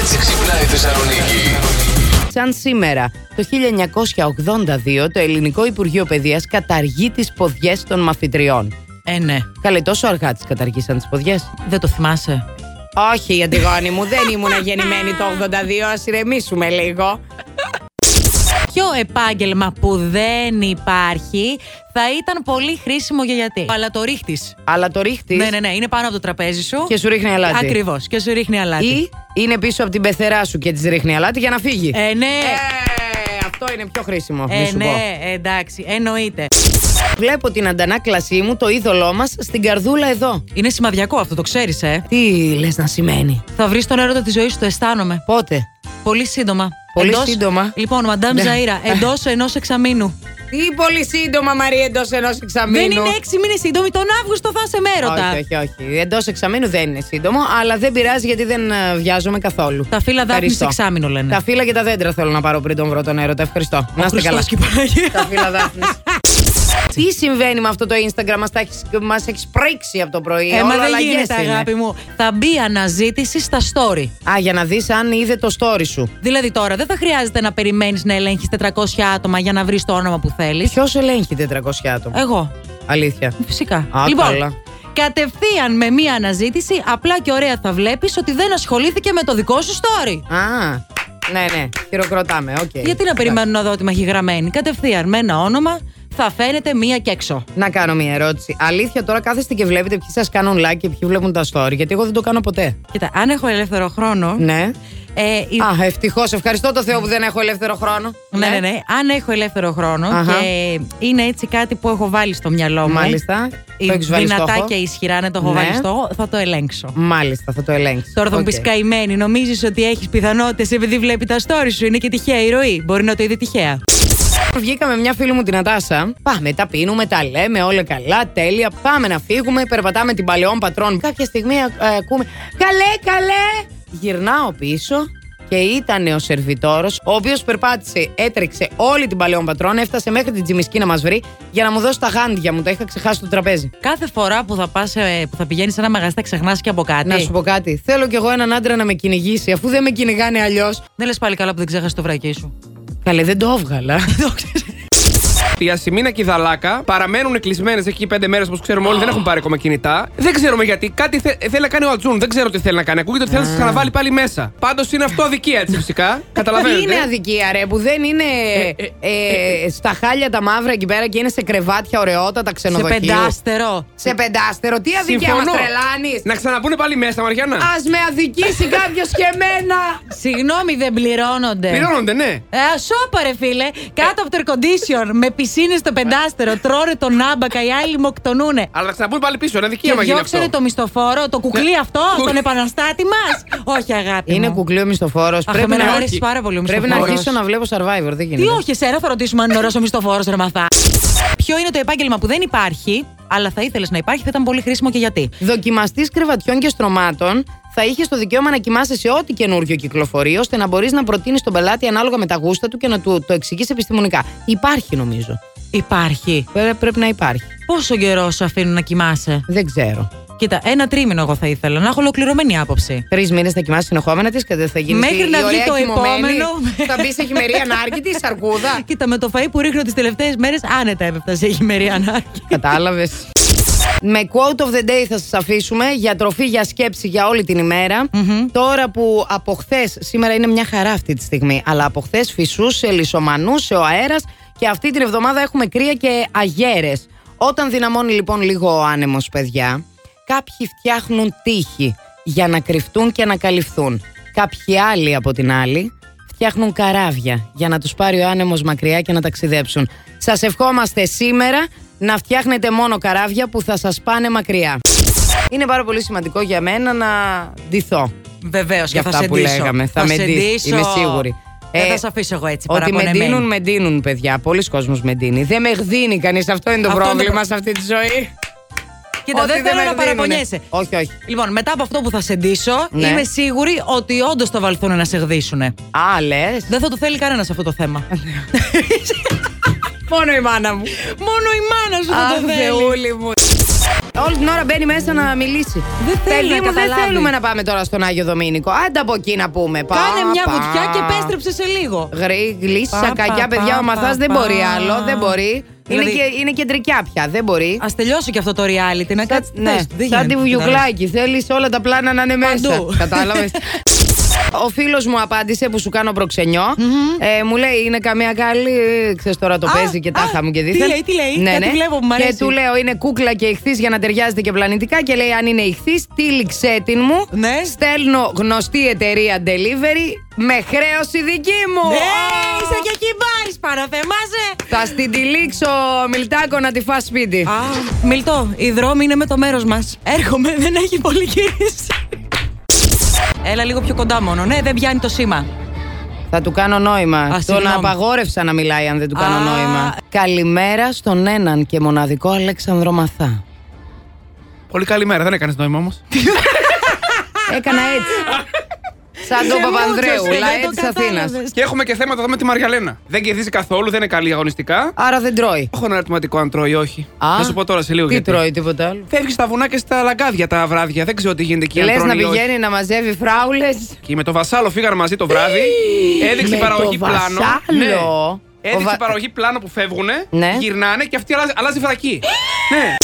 έτσι ξυπνάει η Θεσσαλονίκη. Σαν σήμερα, το 1982, το Ελληνικό Υπουργείο Παιδείας καταργεί τις ποδιές των μαθητριών. Ε, ναι. Καλέ, τόσο αργά τις καταργήσαν τις ποδιές. Δεν το θυμάσαι. Όχι, η Αντιγόνη μου, δεν ήμουν γεννημένη το 82, ας ηρεμήσουμε λίγο. Ποιο επάγγελμα που δεν υπάρχει θα ήταν πολύ χρήσιμο για γιατί. Αλλά το ρίχτη. Αλλά το ρίχτης Ναι, ναι, ναι. Είναι πάνω από το τραπέζι σου. και σου ρίχνει αλάτι. Ακριβώς. Και σου ρίχνει αλάτι. Ή είναι πίσω από την πεθερά σου και της ρίχνει αλάτι για να φύγει. Ε, ναι. Ε, αυτό είναι πιο χρήσιμο, μη Ε, σου πω. ναι. Εντάξει. Εννοείται. Βλέπω την αντανάκλασή μου, το είδωλό μας, στην καρδούλα εδώ. Είναι σημαδιακό αυτό, το ξέρεις, ε. Τι λες να σημαίνει. Θα βρεις τον έρωτα της ζωής σου, το αισθάνομαι. Πότε. Πολύ σύντομα. Πολύ σύντομα. Λοιπόν, Μαντάμ Ναι. Ζαήρα, εντός ενός εξαμήνου. Τι πολύ σύντομα, Μαρία, εντός ενός Δεν εξαμήνου. είναι έξι μήνες σύντομη, τον Αύγουστο θα είσαι μέρωτα. Όχι, όχι, όχι. Εντός εξαμήνου δεν είναι σύντομο, αλλά δεν πειράζει γιατί δεν ε, βιάζομαι καθόλου. Τα φύλλα δάφνης Ευχαριστώ. εξάμηνο λένε. Τα φύλλα και τα δέντρα θέλω να πάρω πριν τον βρω τον έρωτα. Ευχαριστώ. να είστε Χριστός καλά. και η Παναγία. τα φύλλα δάφνη. Τι συμβαίνει με αυτό το Instagram, μας έχεις, μας έχεις πρίξει από το πρωί. Ε, μα όλα δεν αλλαγές γίνεται, είναι. αγάπη μου. Θα μπει αναζήτηση στα story. Α, για να δεις αν είδε το story σου. Δηλαδή τώρα δεν θα χρειάζεται να περιμένεις να ελέγχεις 400 άτομα για να βρεις το όνομα που θέλεις. Ποιος ελέγχει 400 άτομα. Εγώ. Αλήθεια. Φυσικά. Α, λοιπόν, καλά. κατευθείαν με μία αναζήτηση, απλά και ωραία θα βλέπεις ότι δεν ασχολήθηκε με το δικό σου story. Α, ναι, ναι. Χειροκροτάμε. οκ. Γιατί να περιμένω να δω ότι με έχει γραμμένη. Κατευθείαν με ένα όνομα θα φαίνεται μία και έξω. Να κάνω μια ερώτηση. Αλήθεια, τώρα κάθεστε και βλέπετε ποιοι σας κάνουν like και ποιοι βλέπουν τα story, γιατί εγώ δεν το κάνω ποτέ. Κοίτα, αν έχω ελεύθερο χρόνο. Ναι. Ε, η- Α, ευτυχώς. Ευχαριστώ το Θεό που δεν έχω ελεύθερο χρόνο. Ναι, ναι, ναι. Αν έχω ελεύθερο χρόνο Αχα. και είναι έτσι κάτι που έχω βάλει στο μυαλό μου. Μάλιστα. Η Το έχεις βάλει δυνατά στόχο. και ισχυρά, ναι, το έχω Ναι. βάλει στόχο, θα το ελέγξω. Μάλιστα, θα το ελέγξεις. Τώρα θα μου πεις καημένη, νομίζεις ότι έχεις πιθανότητες επειδή βλέπει τα story σου. Είναι και τυχαία η ροή. Μπορεί να το είδε τυχαία. Βγήκαμε μια φίλη μου την Ατάσα. Πάμε, τα πίνουμε, τα λέμε, όλα καλά, τέλεια. Πάμε να φύγουμε, περπατάμε την παλαιόν πατρών. Κάποια στιγμή α, α, ακούμε. Καλέ, καλέ! Γυρνάω πίσω και ήταν ο σερβιτόρος, ο οποίος περπάτησε, έτρεξε όλη την παλαιόν πατρών, έφτασε μέχρι την Τζιμισκή να μας βρει για να μου δώσει τα γάντια μου. Τα είχα ξεχάσει στο τραπέζι. Κάθε φορά που θα, πας, ε, που θα πηγαίνεις σε ένα μαγαζί, θα ξεχνάς και από κάτι. Να σου πω κάτι. Θέλω κι εγώ έναν άντρα να με κυνηγήσει, αφού δεν με κυνηγάνε αλλιώς. Δεν λες πάλι καλά που δεν ξέχασες το βρακί σου. Καλέ, δεν το έβγαλα. Η Ασημίνα και η Δαλάκα παραμένουν κλεισμένες εκεί πέντε μέρες, όπως ξέρουμε όλοι, δεν έχουν πάρει ακόμα κινητά. Δεν ξέρουμε γιατί. Κάτι θε- θέλει να κάνει ο Ατζούν. Δεν ξέρω τι θέλει να κάνει. Ακούγεται ότι θέλει να σας ξαναβάλει πάλι μέσα. Πάντως είναι αυτό αδικία έτσι φυσικά. Τι Καταλαβαίνετε. είναι αδικία, ρε, που δεν είναι ε, στα χάλια τα μαύρα εκεί πέρα και είναι σε κρεβάτια ωραιότατα σε ξενοδοχείου. πεντάστερο. Σε πεντάστερο. Τι αδικία μας Συμφωνώ. τρελάνεις. Να ξαναμπούν πάλι μέσα, Μαριάννα. Ας με αδικήσει κάποιος και εμένα. Συγγνώμη, δεν πληρώνονται. Πληρώνονται, ναι. Ε, σώπα ρε φίλε, κάτω από το air condition, με πισίνες στο πεντάστερο, τρώνε τον άμπακα, οι άλλοι μοκτονούνε. Αλλά να ξαναμπούν πάλι πίσω. Είναι Και αδικία μα διώξανε το μισθοφόρο, το κουκλί Ναι. αυτό, Κουκλί. τον επαναστάτη Ε, μας. Όχι, αγάπη. Είναι μου. κουκλίο μισθοφόρος. Αχ, εμένα μου αρέσει πάρα πολύ ο Πρέπει να μισθοφόρος. αρχίσω να βλέπω survivor. Δεν Τι γίνεται. όχι, εσένα θα ρωτήσουμε αν είναι ωραίος ο μισθοφόρος, ρε μαθά. Ποιο είναι το επάγγελμα που δεν υπάρχει, αλλά θα ήθελες να υπάρχει, θα ήταν πολύ χρήσιμο και γιατί. Δοκιμαστής κρεβατιών και στρωμάτων θα είχες το δικαίωμα να κοιμάσαι σε ό,τι καινούριο κυκλοφορεί, ώστε να μπορείς να προτείνεις τον πελάτη ανάλογα με τα γούστα του και να του το εξηγείς επιστημονικά. Υπάρχει νομίζω. Υπάρχει. Πρέ- Πρέπει να υπάρχει. Πόσο καιρό σου αφήνουν να κοιμάσαι. Δεν ξέρω. Κοίτα, ένα τρίμηνο εγώ θα ήθελα, να έχω ολοκληρωμένη άποψη. Τρεις μήνες θα κοιμάσαι συνεχόμενα της και δεν θα γίνει. Μέχρι να βγει το επόμενο. Θα μπεις σε χειμερή ανάρκητη, σαρκούδα. Κοίτα, με το φαΐ που ρίχνω τις τελευταίες μέρες, άνετα έπεφτα σε χειμερή ανάγκη. Κατάλαβες. Με quote of the day θα σας αφήσουμε για τροφή, για σκέψη για όλη την ημερα Τώρα που από χθες, σήμερα είναι μια χαρά αυτή τη στιγμή, αλλά από χθες φυσούσε, λισομανούσε ο αέρας και αυτή την εβδομάδα έχουμε κρύα και αγέρες. Όταν δυναμώνει λοιπόν λίγο ο άνεμος παιδιά, κάποιοι φτιάχνουν τείχη για να κρυφτούν και να καλυφθούν. Κάποιοι άλλοι από την άλλη φτιάχνουν καράβια για να τους πάρει ο άνεμος μακριά και να ταξιδέψουν. Σας ευχόμαστε σήμερα να φτιάχνετε μόνο καράβια που θα σας πάνε μακριά. Είναι πάρα πολύ σημαντικό για μένα να ντυθώ. Βεβαίως και Για θα αυτά σε που ντύσω. λέγαμε. Θα με σε ντύσεις, ντύσω. είμαι σίγουρη. Δεν Ε, θα σε αφήσω εγώ έτσι Ότι με παραπονεμένη. ντύνουν, με ντύνουν, παιδιά. Πολλοί κόσμος με ντύνει. Δεν με γδίνει κανείς. Αυτό είναι το Αυτό είναι το πρόβλημα προ- σε αυτή τη ζωή. Κοίτα, Ότι δεν θέλω με να γδίνουνε. παραπονιέσαι. Όχι, όχι. Λοιπόν, μετά από αυτό που θα σε ντύσω, Ναι. είμαι σίγουρη ότι όντως θα βαλθούν να σε γδίσουνε. Α, λες. Δεν θα το θέλει κανένας αυτό το θέμα. Μόνο η μάνα μου. Μόνο η μάνα σου θα Αχ, το θέλει. θεούλη μου. Όλη την ώρα μπαίνει μέσα να μιλήσει. Δεν Παιδί θέλει να μου, δεν καταλάβει. θέλουμε να πάμε τώρα στον Άγιο Δομήνικο. Άντε από εκεί να πούμε. Πα, Κάνε μια πα. βουτιά και επέστρεψε σε λίγο. Γρή, γλίσσα, Πα, κακιά, πα, παιδιά. πα, Ο μαθάς πα, δεν πα. μπορεί άλλο. Δεν μπορεί. Είναι, Δηλαδή- και, είναι κεντρικιά πια. Δεν μπορεί. Ας τελειώσει και αυτό το reality. Να κάτσεις. ναι, σαν τη βουγιουκλάκι. Θέλεις όλα τα πλάνα να είναι μέσα. Παντού. Κατάλαβες. Ο φίλος μου απάντησε που σου κάνω προξενιο Ε, μου λέει είναι καμία καλή. Ξέρεις τώρα το Α, παίζει και α, τάχα μου και τι δίθεν. Ναι, λέει, τι λέει, κάτι βλέπω που μ' Και αρέσει. του λέω είναι κούκλα και ηχθής για να ταιριάζεται και πλανητικά. Και λέει αν είναι ηχθής, τύλιξέ την μου. Ναι. Στέλνω γνωστή εταιρεία delivery με χρέωση δική μου. Ναι, Α, είσαι και εκεί μπάρι παραθεμάζε. Θα στην τυλίξω, Μιλτάκο, να τη φας σπίτι. Α, Μιλτό, οι δρόμοι είναι με το μέρος μας. Έρχομαι, δεν έχει πολύ γύριση. Έλα λίγο πιο κοντά μόνο. Ναι, δεν πιάνει το σήμα. Θα του κάνω νόημα. Τον συγγνώμη. απαγόρευσα να μιλάει αν δεν του κάνω Α. νόημα. Καλημέρα στον έναν και μοναδικό Αλέξανδρο Μαθά. Πολύ καλή μέρα, δεν έκανες νόημα όμως. Έκανα έτσι. Σαν τον Παπανδρέου, Δεν λαέ το της κατάλαβες. Αθήνα. και έχουμε και θέματα εδώ με τη Μαργιαλένα. Δεν κερδίζει καθόλου, δεν είναι καλή αγωνιστικά. Άρα δεν τρώει. Έχω ένα ερωτηματικό αν τρώει ή όχι. Α, Θα σου πω τώρα σε λίγο Τι γιατί. τρώει, τίποτα άλλο. Φεύγεις στα βουνά και στα λαγκάδια τα βράδια. Δεν ξέρω τι γίνεται εκεί. αν Λες τρώνε να ή όχι. πηγαίνει να μαζεύει φράουλες. Και με τον Βασάλο φύγανε μαζί το βράδυ. Έδειξε Με παραγωγή το πλάνο. Βασάλο. Ναι. Έδειξε Ο Βα- παραγωγή πλάνο που φεύγουν, Ναι. γυρνάνε και αυτή αλλάζει, αλλάζει φρακή. ναι.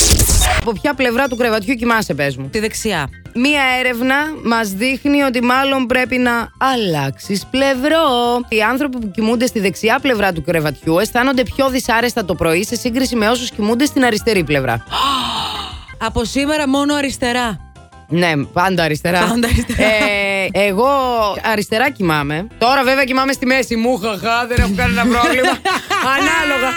Από ποια πλευρά του κρεβατιού κοιμάσαι, πες μου. Τη δεξιά. Μία έρευνα μας δείχνει ότι μάλλον πρέπει να αλλάξεις πλευρό. Οι άνθρωποι που κοιμούνται στη δεξιά πλευρά του κρεβατιού αισθάνονται πιο δυσάρεστα το πρωί σε σύγκριση με όσους κοιμούνται στην αριστερή πλευρά. Από σήμερα μόνο αριστερά. ναι, πάντα αριστερά. Πάντα αριστερά. Ε, εγώ αριστερά κοιμάμαι. Τώρα βέβαια κοιμάμαι στη μέση μου. Χαχά, δεν έχω κανένα πρόβλημα. Ανάλογα.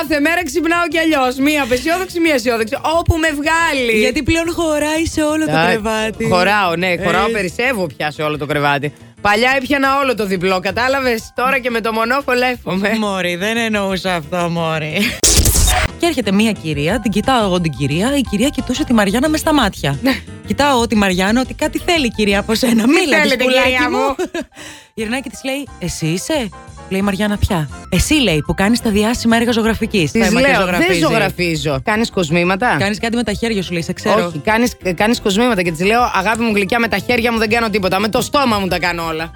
Κάθε μέρα ξυπνάω κι αλλιώς. Μία απεσιόδοξη, μία αισιόδοξη. Όπου με βγάλει. Γιατί πλέον χωράει σε όλο το Α, κρεβάτι. Χωράω, ναι, χωράω, Ε, περισσεύω πια σε όλο το κρεβάτι. Παλιά έπιανα όλο το διπλό, κατάλαβες. Τώρα και με το μονόκολλο εύχομαι. Μωρή, δεν εννοούσα αυτό, Μωρή. Και έρχεται μία κυρία, την κοιτάω εγώ την κυρία, η κυρία κοιτούσε τη Μαριάννα μες στα μάτια. κοιτάω εγώ τη Μαριάννα ότι κάτι θέλει η κυρία από σένα. Μίλα της, θέλετε, πουλάκι κυρία μου? Γυρνάει και της λέει, Εσύ είσαι. Λέει η Μαριάννα, πια. Εσύ λέει που κάνεις τα διάσημα έργα ζωγραφικής. Της λέω, δεν ζωγραφίζω. Κάνεις κοσμήματα. Κάνεις κάτι με τα χέρια σου, λέει, σε ξέρω. Όχι, κάνεις κάνεις κοσμήματα και της λέω Αγάπη μου γλυκιά με τα χέρια μου δεν κάνω τίποτα. Με το στόμα μου τα κάνω όλα.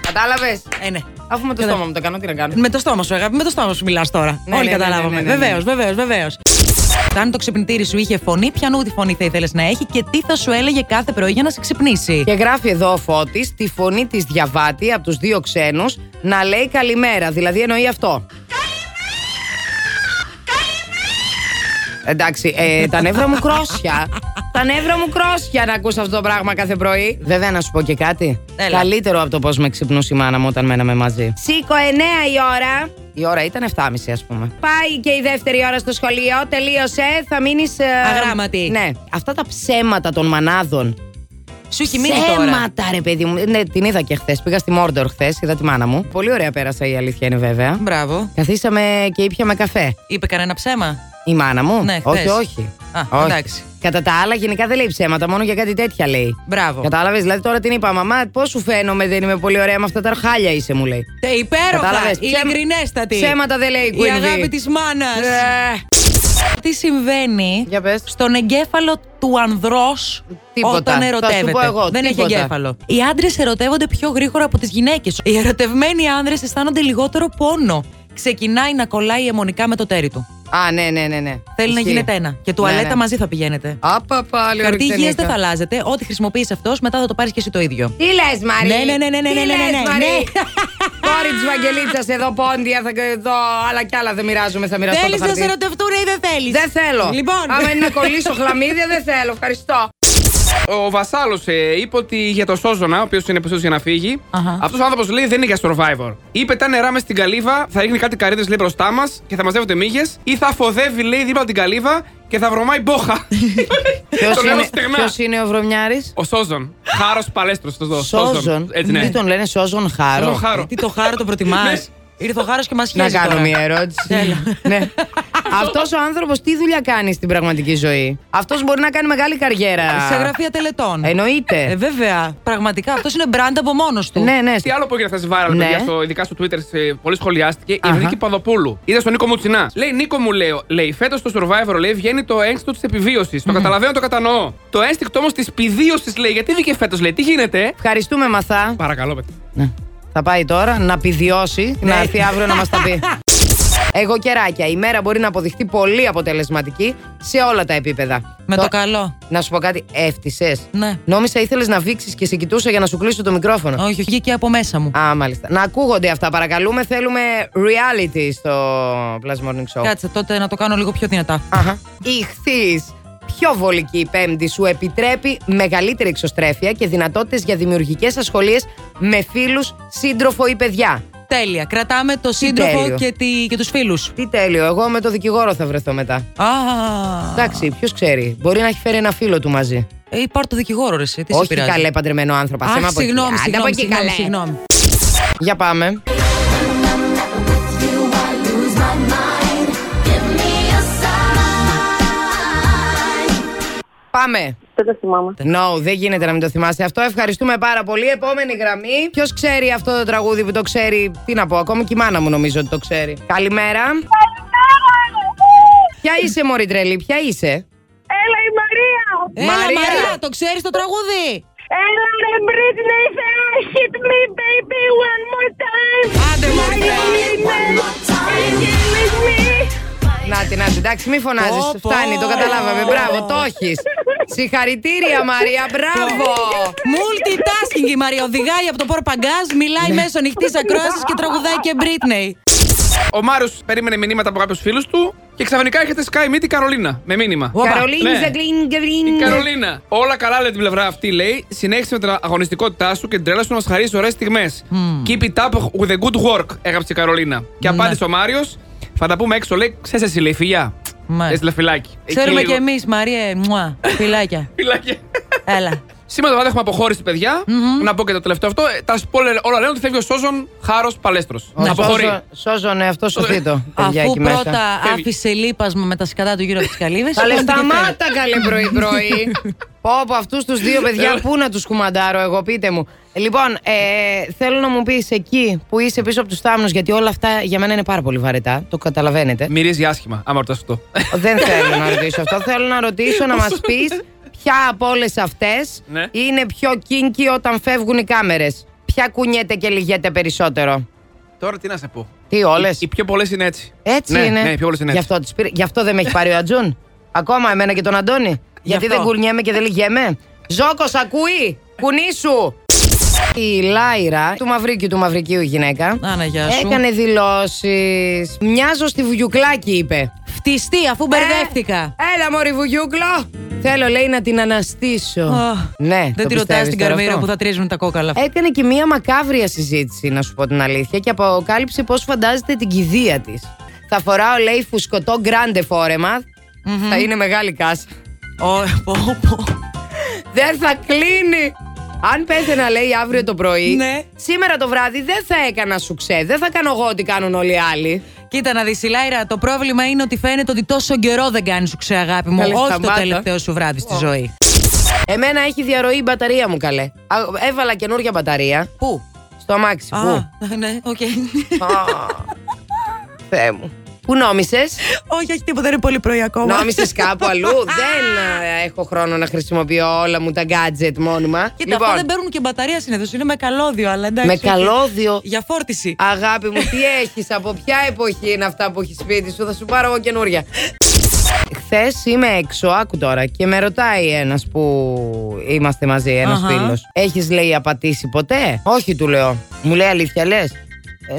Κατάλαβες. Ε, ναι. Αφού με το Κατα- στόμα μου τα κάνω, τι να κάνω. Με το στόμα σου, αγάπη, με το στόμα σου μιλάς τώρα. Ναι, Όλοι ναι, ναι, καταλάβαμε. ναι, ναι, ναι, ναι. Βεβαίως, βεβαίως, βεβαίως. Αν το ξυπνητήρι σου είχε φωνή, ποιανού τη φωνή θα ήθελες να έχει και τι θα σου έλεγε κάθε πρωί για να σε ξυπνήσει. Και γράφει εδώ ο Φώτης τη φωνή της διαβάτη από τους δύο ξένους να λέει καλημέρα. Δηλαδή εννοεί αυτό. Εντάξει, ε, τα νεύρα μου κρόσια. τα νεύρα μου κρόσια να ακούς αυτό το πράγμα κάθε πρωί. Βέβαια, να σου πω και κάτι. Έλα. Καλύτερο από το πώς με ξυπνούσε η μάνα μου όταν μέναμε μαζί. Σήκω 9 η ώρα. Η ώρα ήταν 7.30 ας πούμε. Πάει και η δεύτερη ώρα στο σχολείο, τελείωσε, θα μείνεις... ε, Αγράμματη. Ναι. Αυτά τα ψέματα των μανάδων Σου έχει μείνει τώρα. Ψέματα, ρε παιδί μου. Ναι, την είδα και χθες. Πήγα στη Μόρντορ χθες, είδα τη μάνα μου. Πολύ ωραία πέρασα, η αλήθεια είναι βέβαια. Μπράβο. Καθίσαμε και ήπιαμε καφέ. Είπε κανένα ψέμα. Η μάνα μου. Ναι, χθες. όχι, όχι. Α, όχι. εντάξει. Κατά τα άλλα, γενικά δεν λέει ψέματα, μόνο για κάτι τέτοια λέει. Μπράβο. Κατάλαβες, δηλαδή τώρα την είπα, Μαμά, πώς σου φαίνομαι, δεν είμαι πολύ ωραία με αυτά τα αρχάλια είσαι, μου λέει. Τε υπέροχα, Κατάλαβες. Ψέμα- ειλικρινέστατη. Ψέματα δεν λέει η Η Queen Bee. αγάπη της μάνας. Ε, Τι συμβαίνει Για πες. στον εγκέφαλο του ανδρός Τίποτα. όταν Θα σου ερωτεύεται. πω εγώ, Δεν έχει τίποτα. εγκέφαλο. Οι άντρες ερωτεύονται πιο γρήγορα από τις γυναίκες. Οι ερωτευμένοι άνδρες αισθάνονται λιγότερο πόνο. Ξεκινάει να κολλάει αιμονικά με το τέρι του. Α, ναι, ναι, ναι. ναι. Θέλει να Ισχύει. γίνεται ένα. Και Ναι, τουαλέτα ναι. μαζί θα πηγαίνετε. Άπα πάλι, Χαρτί ωραία υγεία ταινία. δεν θα αλλάζετε. Ό,τι χρησιμοποιείς αυτός, μετά θα το πάρεις και εσύ το ίδιο. Τι λες, Μαρή. Ναι, ναι, ναι, ναι, ναι, Τι ναι, ναι, λες, ναι, Μαρή? ναι. Κόρη της Βαγγελίτσα εδώ, πόντια, θα εδώ, άλλα κι άλλα δεν μοιράζουμε, θα μοιραστώ. Θέλει το να χαρτί. σε ερωτευτούν ή δεν θέλεις. Δεν θέλω. Λοιπόν. Άμα είναι να κολλήσω χλαμίδια, δεν θέλω. Ευχαριστώ. Ο Βασάλος είπε ότι για το Σόζονα, ο οποίος είναι πιστό για να φύγει, Αχα. αυτός ο άνθρωπος λέει δεν είναι για survivor. Είπε τα νερά μες στην καλύβα, θα ρίχνει κάτι καρύδες λέει μπροστά μας και θα μαζεύονται μύγες, ή θα φοδεύει λέει δίπλα από την καλύβα και θα βρωμάει μπόχα. Ποιος Τον λέω είναι, στεγνά. ποιος είναι ο Βρωμιάρης? Ο Σόζον. Χάρος παλέστρος. Σόζον. Έτσι ναι. Τι τον λένε Σόζον Χάρο. Σόζον Χάρο. Τι το χάρο το προτιμάς. Ναι. Ήρθε ο χάρο και μας Να χαίρεσε. κάνω μια ερώτηση. Έλα. Ναι. Αυτός ο άνθρωπος τι δουλειά κάνει στην πραγματική ζωή. Αυτός μπορεί να κάνει μεγάλη καριέρα. Σε γραφεία τελετών. Ε, Εννοείται. βέβαια. Πραγματικά αυτός είναι μπραντ από μόνος του. ναι, ναι. Τι άλλο που έγινε αυτά σε viral, Ναι. παιδιά, στο, ειδικά στο Twitter, σε, πολύ σχολιάστηκε. Η Αχα. Ευρική Παδοπούλου. Είδα στον Νίκο Μουτσινά. Λέει Νίκο μου, λέω, λέει φέτος το survivor λέει, βγαίνει το ένστικτο της επιβίωσης. Το καταλαβαίνω, το κατανοώ. Το ένστικτο όμως της πηδίωσης λέει, γιατί βγήκε φέτος, λέει, τι γίνεται. Ευχαριστούμε, Μαθά. Παρακαλώ, παιδιά. Ναι. Θα πάει τώρα να πηδιώσει, να Ναι. έρθει αύριο να μας τα πει. Εγώ κεράκια. Η μέρα μπορεί να αποδειχτεί πολύ αποτελεσματική σε όλα τα επίπεδα. Με Τώρα- το καλό. Να σου πω κάτι, έφτισε. Ναι. Νόμισα ήθελες να βήξεις και σε κοιτούσα για να σου κλείσω το μικρόφωνο. Όχι, όχι, βγήκε από μέσα μου. Α, μάλιστα. Να ακούγονται αυτά, παρακαλούμε. Θέλουμε reality στο Plus Morning Show. Κάτσε τότε να το κάνω λίγο πιο δυνατά. Αχα. Η χθής πιο βολική η πέμπτη σου επιτρέπει μεγαλύτερη εξωστρέφεια και δυνατότητες για δημιουργικές ασχολίες με φίλους, σύντροφο ή παιδιά. Τέλεια. Κρατάμε το σύντροφο τέλειο. και, τη, και τους φίλους. Τι τέλειο, εγώ με το δικηγόρο θα βρεθώ μετά. Α. Εντάξει, ποιος ξέρει, μπορεί να έχει φέρει ένα φίλο του μαζί. Ε, πάρ το δικηγόρο, ρε, εσύ. Τι σε Όχι πειράζει. καλέ παντρεμένο άνθρωπο. άσε με Αχ, από εκεί. συγγνώμη, Άντε από συγγνώμη, εκεί, συγγνώμη, καλέ. συγγνώμη. Για πάμε. You, I lose my mind. Give me a sign. Πάμε. Δεν το θυμάμαι. No, δεν γίνεται να μην το θυμάσαι αυτό. Ευχαριστούμε πάρα πολύ. Επόμενη γραμμή. Ποιος ξέρει αυτό το τραγούδι που το ξέρει, τι να πω, ακόμη και η μάνα μου νομίζω ότι το ξέρει. Καλημέρα. Ποια είσαι, Μωρή Τρελή, ποια είσαι. Έλα η Μαρία! Έλα, Μαρία. Ε, Μαρία, το ξέρεις το τραγούδι. Έλα ρε Britney, Sarah, hit me baby one more time! Άντε, Μαρία. Να την, να την. Εντάξει, μην φωνάζεις. Πω, πω. Φτάνει, το καταλάβαμε. Μπράβο, το έχεις. Συγχαρητήρια, Μαρία, μπράβο. Multitasking η Μαρία. Οδηγάει από το πορπαγκάζ, Ναι. μιλάει μέσω ανοιχτής ακρόαση και τραγουδάει και Britney. Ο Μάριο περίμενε μηνύματα από κάποιους φίλους του και ξαφνικά έρχεται Sky Meet η Καρολίνα με μήνυμα. Όπα. Καρολίνη, Ναι. Ζαγκλίν, Η Γκαβρίν. Καρολίνα. Όλα καλά λέει την πλευρά αυτή, λέει. Συνέχισε με την αγωνιστικότητά σου και την τρέλα σου να μας χαρίσεις ωραίες στιγμές. Keep it up with the good work, έγραψε η Καρολίνα. Ναι. Και απάντησε ο Μάριος. Θα τα πούμε έξω, λέει. Ξέρεις εσύ, λέει, φιλιά. Ναι. Μάλιστα. Έστειλε φυλάκι. Ξέρουμε Εκεί κι λίγο. εμεί, Μαρία. ε, Μουά. Φιλάκια. Φυλάκι. Έλα. Σήμερα το βράδυ έχουμε αποχώρηση, παιδιά. Να πω και το τελευταίο αυτό. Ε, Τα spoiler όλα λένε ότι φεύγει ο Σόζον Χάρος Παλέστρος. Ναι. Αποχωρεί. Σώζω, ναι, αυτό σωθεί το. παιδιά, Αφού εκεί μέσα. πρώτα Φεύγει. άφησε λίπασμα με τα σκατά του γύρω από λοιπόν, τις καλύβες. Θα λε σταμάτα καλέ πρωί-πρωί. Πω από αυτούς τους δύο Ε, παιδιά, πού να τους κουμαντάρω εγώ, πείτε μου. Λοιπόν, ε, θέλω να μου πεις εκεί που είσαι πίσω από τους θάμνους, γιατί όλα αυτά για μένα είναι πάρα πολύ βαρετά, το καταλαβαίνετε. Μυρίζει άσχημα, άμα ρωτάς αυτό. Δεν θέλω να ρωτήσω αυτό, θέλω να ρωτήσω να μας πεις ποια από όλες αυτές Ναι. είναι πιο κίνκι όταν φεύγουν οι κάμερες. Ποια κουνιέται και λυγέται περισσότερο. Τώρα τι να σε πω. Τι όλες. Οι, οι πιο πολλές είναι έτσι. Έτσι ναι, είναι. Ναι, οι πιο πολλές είναι Γι έτσι. αυτό, τις πήρε- γι' αυτό δεν με έχει πάρει ο Ατζούν. Ακόμα εμένα και τον Αντώνη. Γιατί αυτό. δεν κουρνιέμαι και δεν λυγέμαι. Ζόκο, ακούει! Κουνή σου! Η Λάιρα, του Μαυρίκιου του Μαυρικίου η γυναίκα, Άνα, ναι, γεια σου. έκανε δηλώσεις. Μοιάζω στη Βουγιουκλάκη, είπε. Φτιστή, αφού μπερδεύτηκα. Ε, έλα, Μωρή Βουγιούκλο! Θέλω, λέει, να την αναστήσω. Αχ, ναι, Δεν το τη ρωτάει πιστεύεις την τώρα καρμίρα αυτό? που θα τρίζουν τα κόκαλα. Έκανε και μία μακάβρια συζήτηση, να σου πω την αλήθεια, και αποκάλυψε πώς φαντάζεται την κηδεία της. Θα φοράω, λέει, φουσκωτό γκράντε φόρεμα. Θα είναι μεγάλη κάσα. Ω, ε, πω, πω. Δεν θα κλείνει. Αν πέθαινα, λέει, αύριο το πρωί, Ναι. σήμερα το βράδυ δεν θα έκανα σουξέ. Δεν θα κάνω εγώ ό,τι κάνουν όλοι οι άλλοι. Κοίτα να δεις η Λάιρα, το πρόβλημα είναι ότι φαίνεται ότι τόσο καιρό δεν κάνεις σου ξεαγάπη μου, Καλή όχι το σταμάτα. τελευταίο σου βράδυ στη ζωή. Εμένα έχει διαρροή η μπαταρία μου, καλέ. Α, Έβαλα καινούργια μπαταρία Πού? στο αμάξι. Α, Πού? ναι, οκ. Α, Θεέ μου. Πού νόμισες? Όχι, όχι τίποτα, είναι πολύ πρωί ακόμα. Νόμισες κάπου αλλού. δεν ε, έχω χρόνο να χρησιμοποιώ όλα μου τα gadget μόνιμα. Λοιπόν, Κοίτα, αυτά δεν παίρνουν και μπαταρία συνήθως. Είναι με καλώδιο, αλλά εντάξει. με οκ. καλώδιο. Για φόρτιση. Αγάπη μου, τι έχεις, από ποια εποχή είναι αυτά που έχεις σπίτι σου, θα σου πάρω εγώ καινούρια. Χθες είμαι έξω, άκου τώρα, και με ρωτάει ένας που είμαστε μαζί, ένας Αχα. φίλος. Έχεις λέει απατήσει ποτέ. Όχι, του λέω. Μου λέει αλήθεια, λες.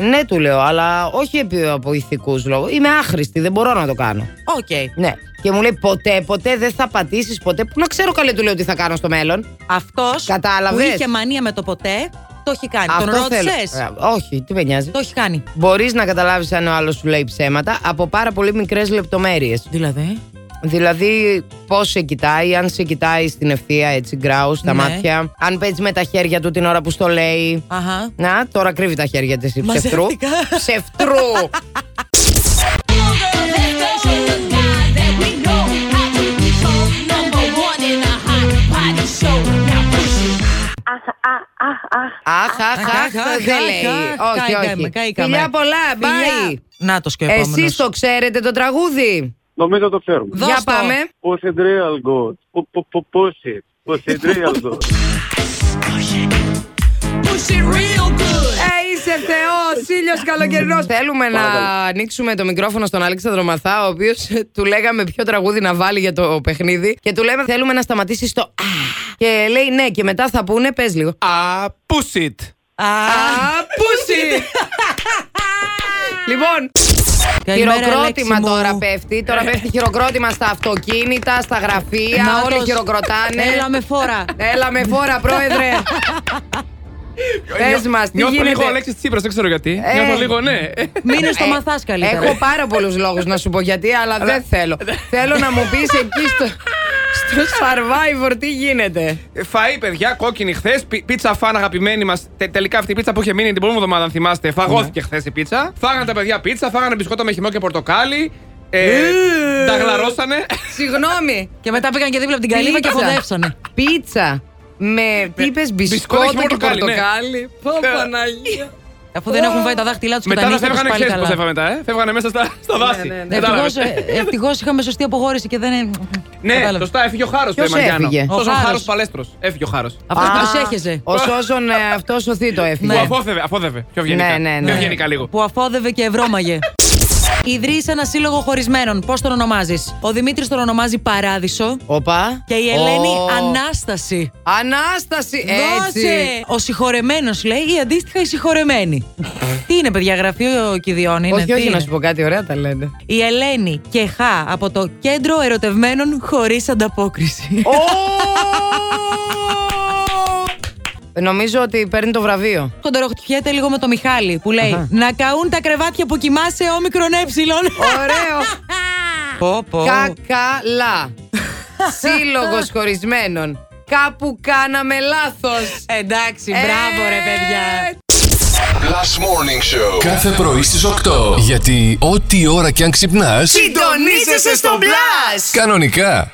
ναι, του λέω, αλλά όχι επί- από ηθικούς λόγους. Είμαι άχρηστη, δεν μπορώ να το κάνω. Οκ. Ναι. Και μου λέει ποτέ, ποτέ δεν θα πατήσεις ποτέ. Που να ξέρω καλέ του λέω τι θα κάνω στο μέλλον. Αυτός που Κατάλαβες. είχε μανία με το ποτέ, το έχει Ε, κάνει. Τον θέλω. ρώτησες. Ε, όχι, τι με νοιάζει. Το έχει κάνει. Μπορείς να καταλάβεις αν ο άλλος σου λέει ψέματα από πάρα πολύ μικρές λεπτομέρειες. Δηλαδή. Δηλαδή, πώς σε κοιτάει, αν σε κοιτάει στην ευθεία, έτσι γκράου, στα Ναι. μάτια. Αν παίζει με τα χέρια του την ώρα που στο λέει. Αχα. Να, τώρα κρύβει τα χέρια της η ψευτρού. Μαζεύτηκα. Ψευτρού! You're the victim. Αχ, αχ, αχ, δεν λέει. Όχι, όχι. Φιλιά πολλά, μπάι. Να το σκεφτόμουν. Εσείς το ξέρετε το τραγούδι. Νομίζω το ξέρουμε. Δώσ' Για το. πάμε. Πώς είναι real good. Πώς είναι. Πώς είναι real good. Ε, είσαι θεός, ήλιος καλοκαιρινός. Θέλουμε να ανοίξουμε το μικρόφωνο στον Αλέξανδρο Μαθά, ο οποίος του λέγαμε ποιο τραγούδι να βάλει για το παιχνίδι και του λέμε θέλουμε να σταματήσει στο Α. Και λέει ναι, και μετά θα πούνε, πες λίγο. Α, push it. Απούσι! Λοιπόν, Καλημέρα, χειροκρότημα Αλέξη μου. Ε. τώρα πέφτει. Τώρα πέφτει χειροκρότημα στα αυτοκίνητα, στα γραφεία. Να Όλοι το- χειροκροτάνε. Ε, Έλα με φόρα. Έλα με φόρα, πρόεδρε. Πες μας, τι Νιώθω λίγο γίνεται. Αλέξη Τσίπρας, δεν ξέρω γιατί. Ε. Νιώθω λίγο, ναι. Μείνε στο Ε, μαθάς καλύτερα. Έχω πάρα πολλούς λόγους να σου πω γιατί, αλλά δεν θέλω. θέλω να μου πεις εκεί στο, στο survivor τι γίνεται. Ε, Φαΐ, παιδιά, κόκκινη χθες. Πίτσα φαν αγαπημένη μας. Τελικά αυτή η πίτσα που είχε μείνει την προηγούμενη εβδομάδα, αν θυμάστε, φαγώθηκε χθες η πίτσα. Φάγανε τα παιδιά πίτσα, φάγανε μπισκότα με χυμό και πορτοκάλι. Ε, τα γλαρώσανε. Συγγνώμη. Και μετά πήγαν και δίπλα από την καλύβα και πίτσα. ποδεύσανε. Πίτσα. Με τι είπες, μπισκότα και μπισκότα και πορτοκάλι, ναι. πορτοκάλι. Πω, Παναγία. Αφού δεν έχουν βάλει τα δάχτυλά τους και μετά τα τα νύχια τους φεύγανε, πάλι ξέρει πώ καλά. έφαγα μετά, ε. Φεύγανε μέσα στα, στα δάση. ναι, Ε, ναι. Κατάλαβες. Ευτυχώ είχαμε σωστή απογόρηση και δεν. Ναι, σωστά, έφυγε ο Χάρος. Ποιος έφυγε? Αυτός Ο ο Χάρος Χάρος. Παλέστρος. Έφυγε ο Χάρος. Αυτός προσέχεζε. Ο Σόζον ε, αυτός σωθεί το έφυγε. Ναι. Που αφόθευε, αφόθευε. Πιο Ναι, ευγενικά. ναι, ναι. Πιο ευγενικά λίγο. Που αφόδευε και ευρώμαγε. Ιδρύεις ένα σύλλογο χωρισμένων. Πώς τον ονομάζεις. Ο Δημήτρης τον ονομάζει Παράδεισο Οπα. και η Ελένη Ο- Ανάσταση. Ανάσταση. Έτσι. Δώσε! Ο συγχωρεμένος λέει ή αντίστοιχα η συγχωρεμένη. τι είναι, παιδιά, γραφείο κηδιών είναι. Όχι, τι όχι, είναι? να σου πω κάτι, ωραία τα λένε. Η Ελένη και Χα από το κέντρο ερωτευμένων χωρίς ανταπόκριση. Νομίζω ότι παίρνει το βραβείο. Κοντεροχτυπιέται λίγο με το Μιχάλη που λέει Να καούν τα κρεβάτια που κοιμάσαι όμικρον ε. Ωραίο. Πω, πω. Κακαλά. Σύλλογος χωρισμένων. Κάπου κάναμε λάθος. Εντάξει, μπράβο ρε Ε, παιδιά. Last Morning Show. Κάθε πρωί στις 8. Γιατί ό,τι ώρα κι αν ξυπνάς, Συντονίζεσαι στο μπλα! κανονικά.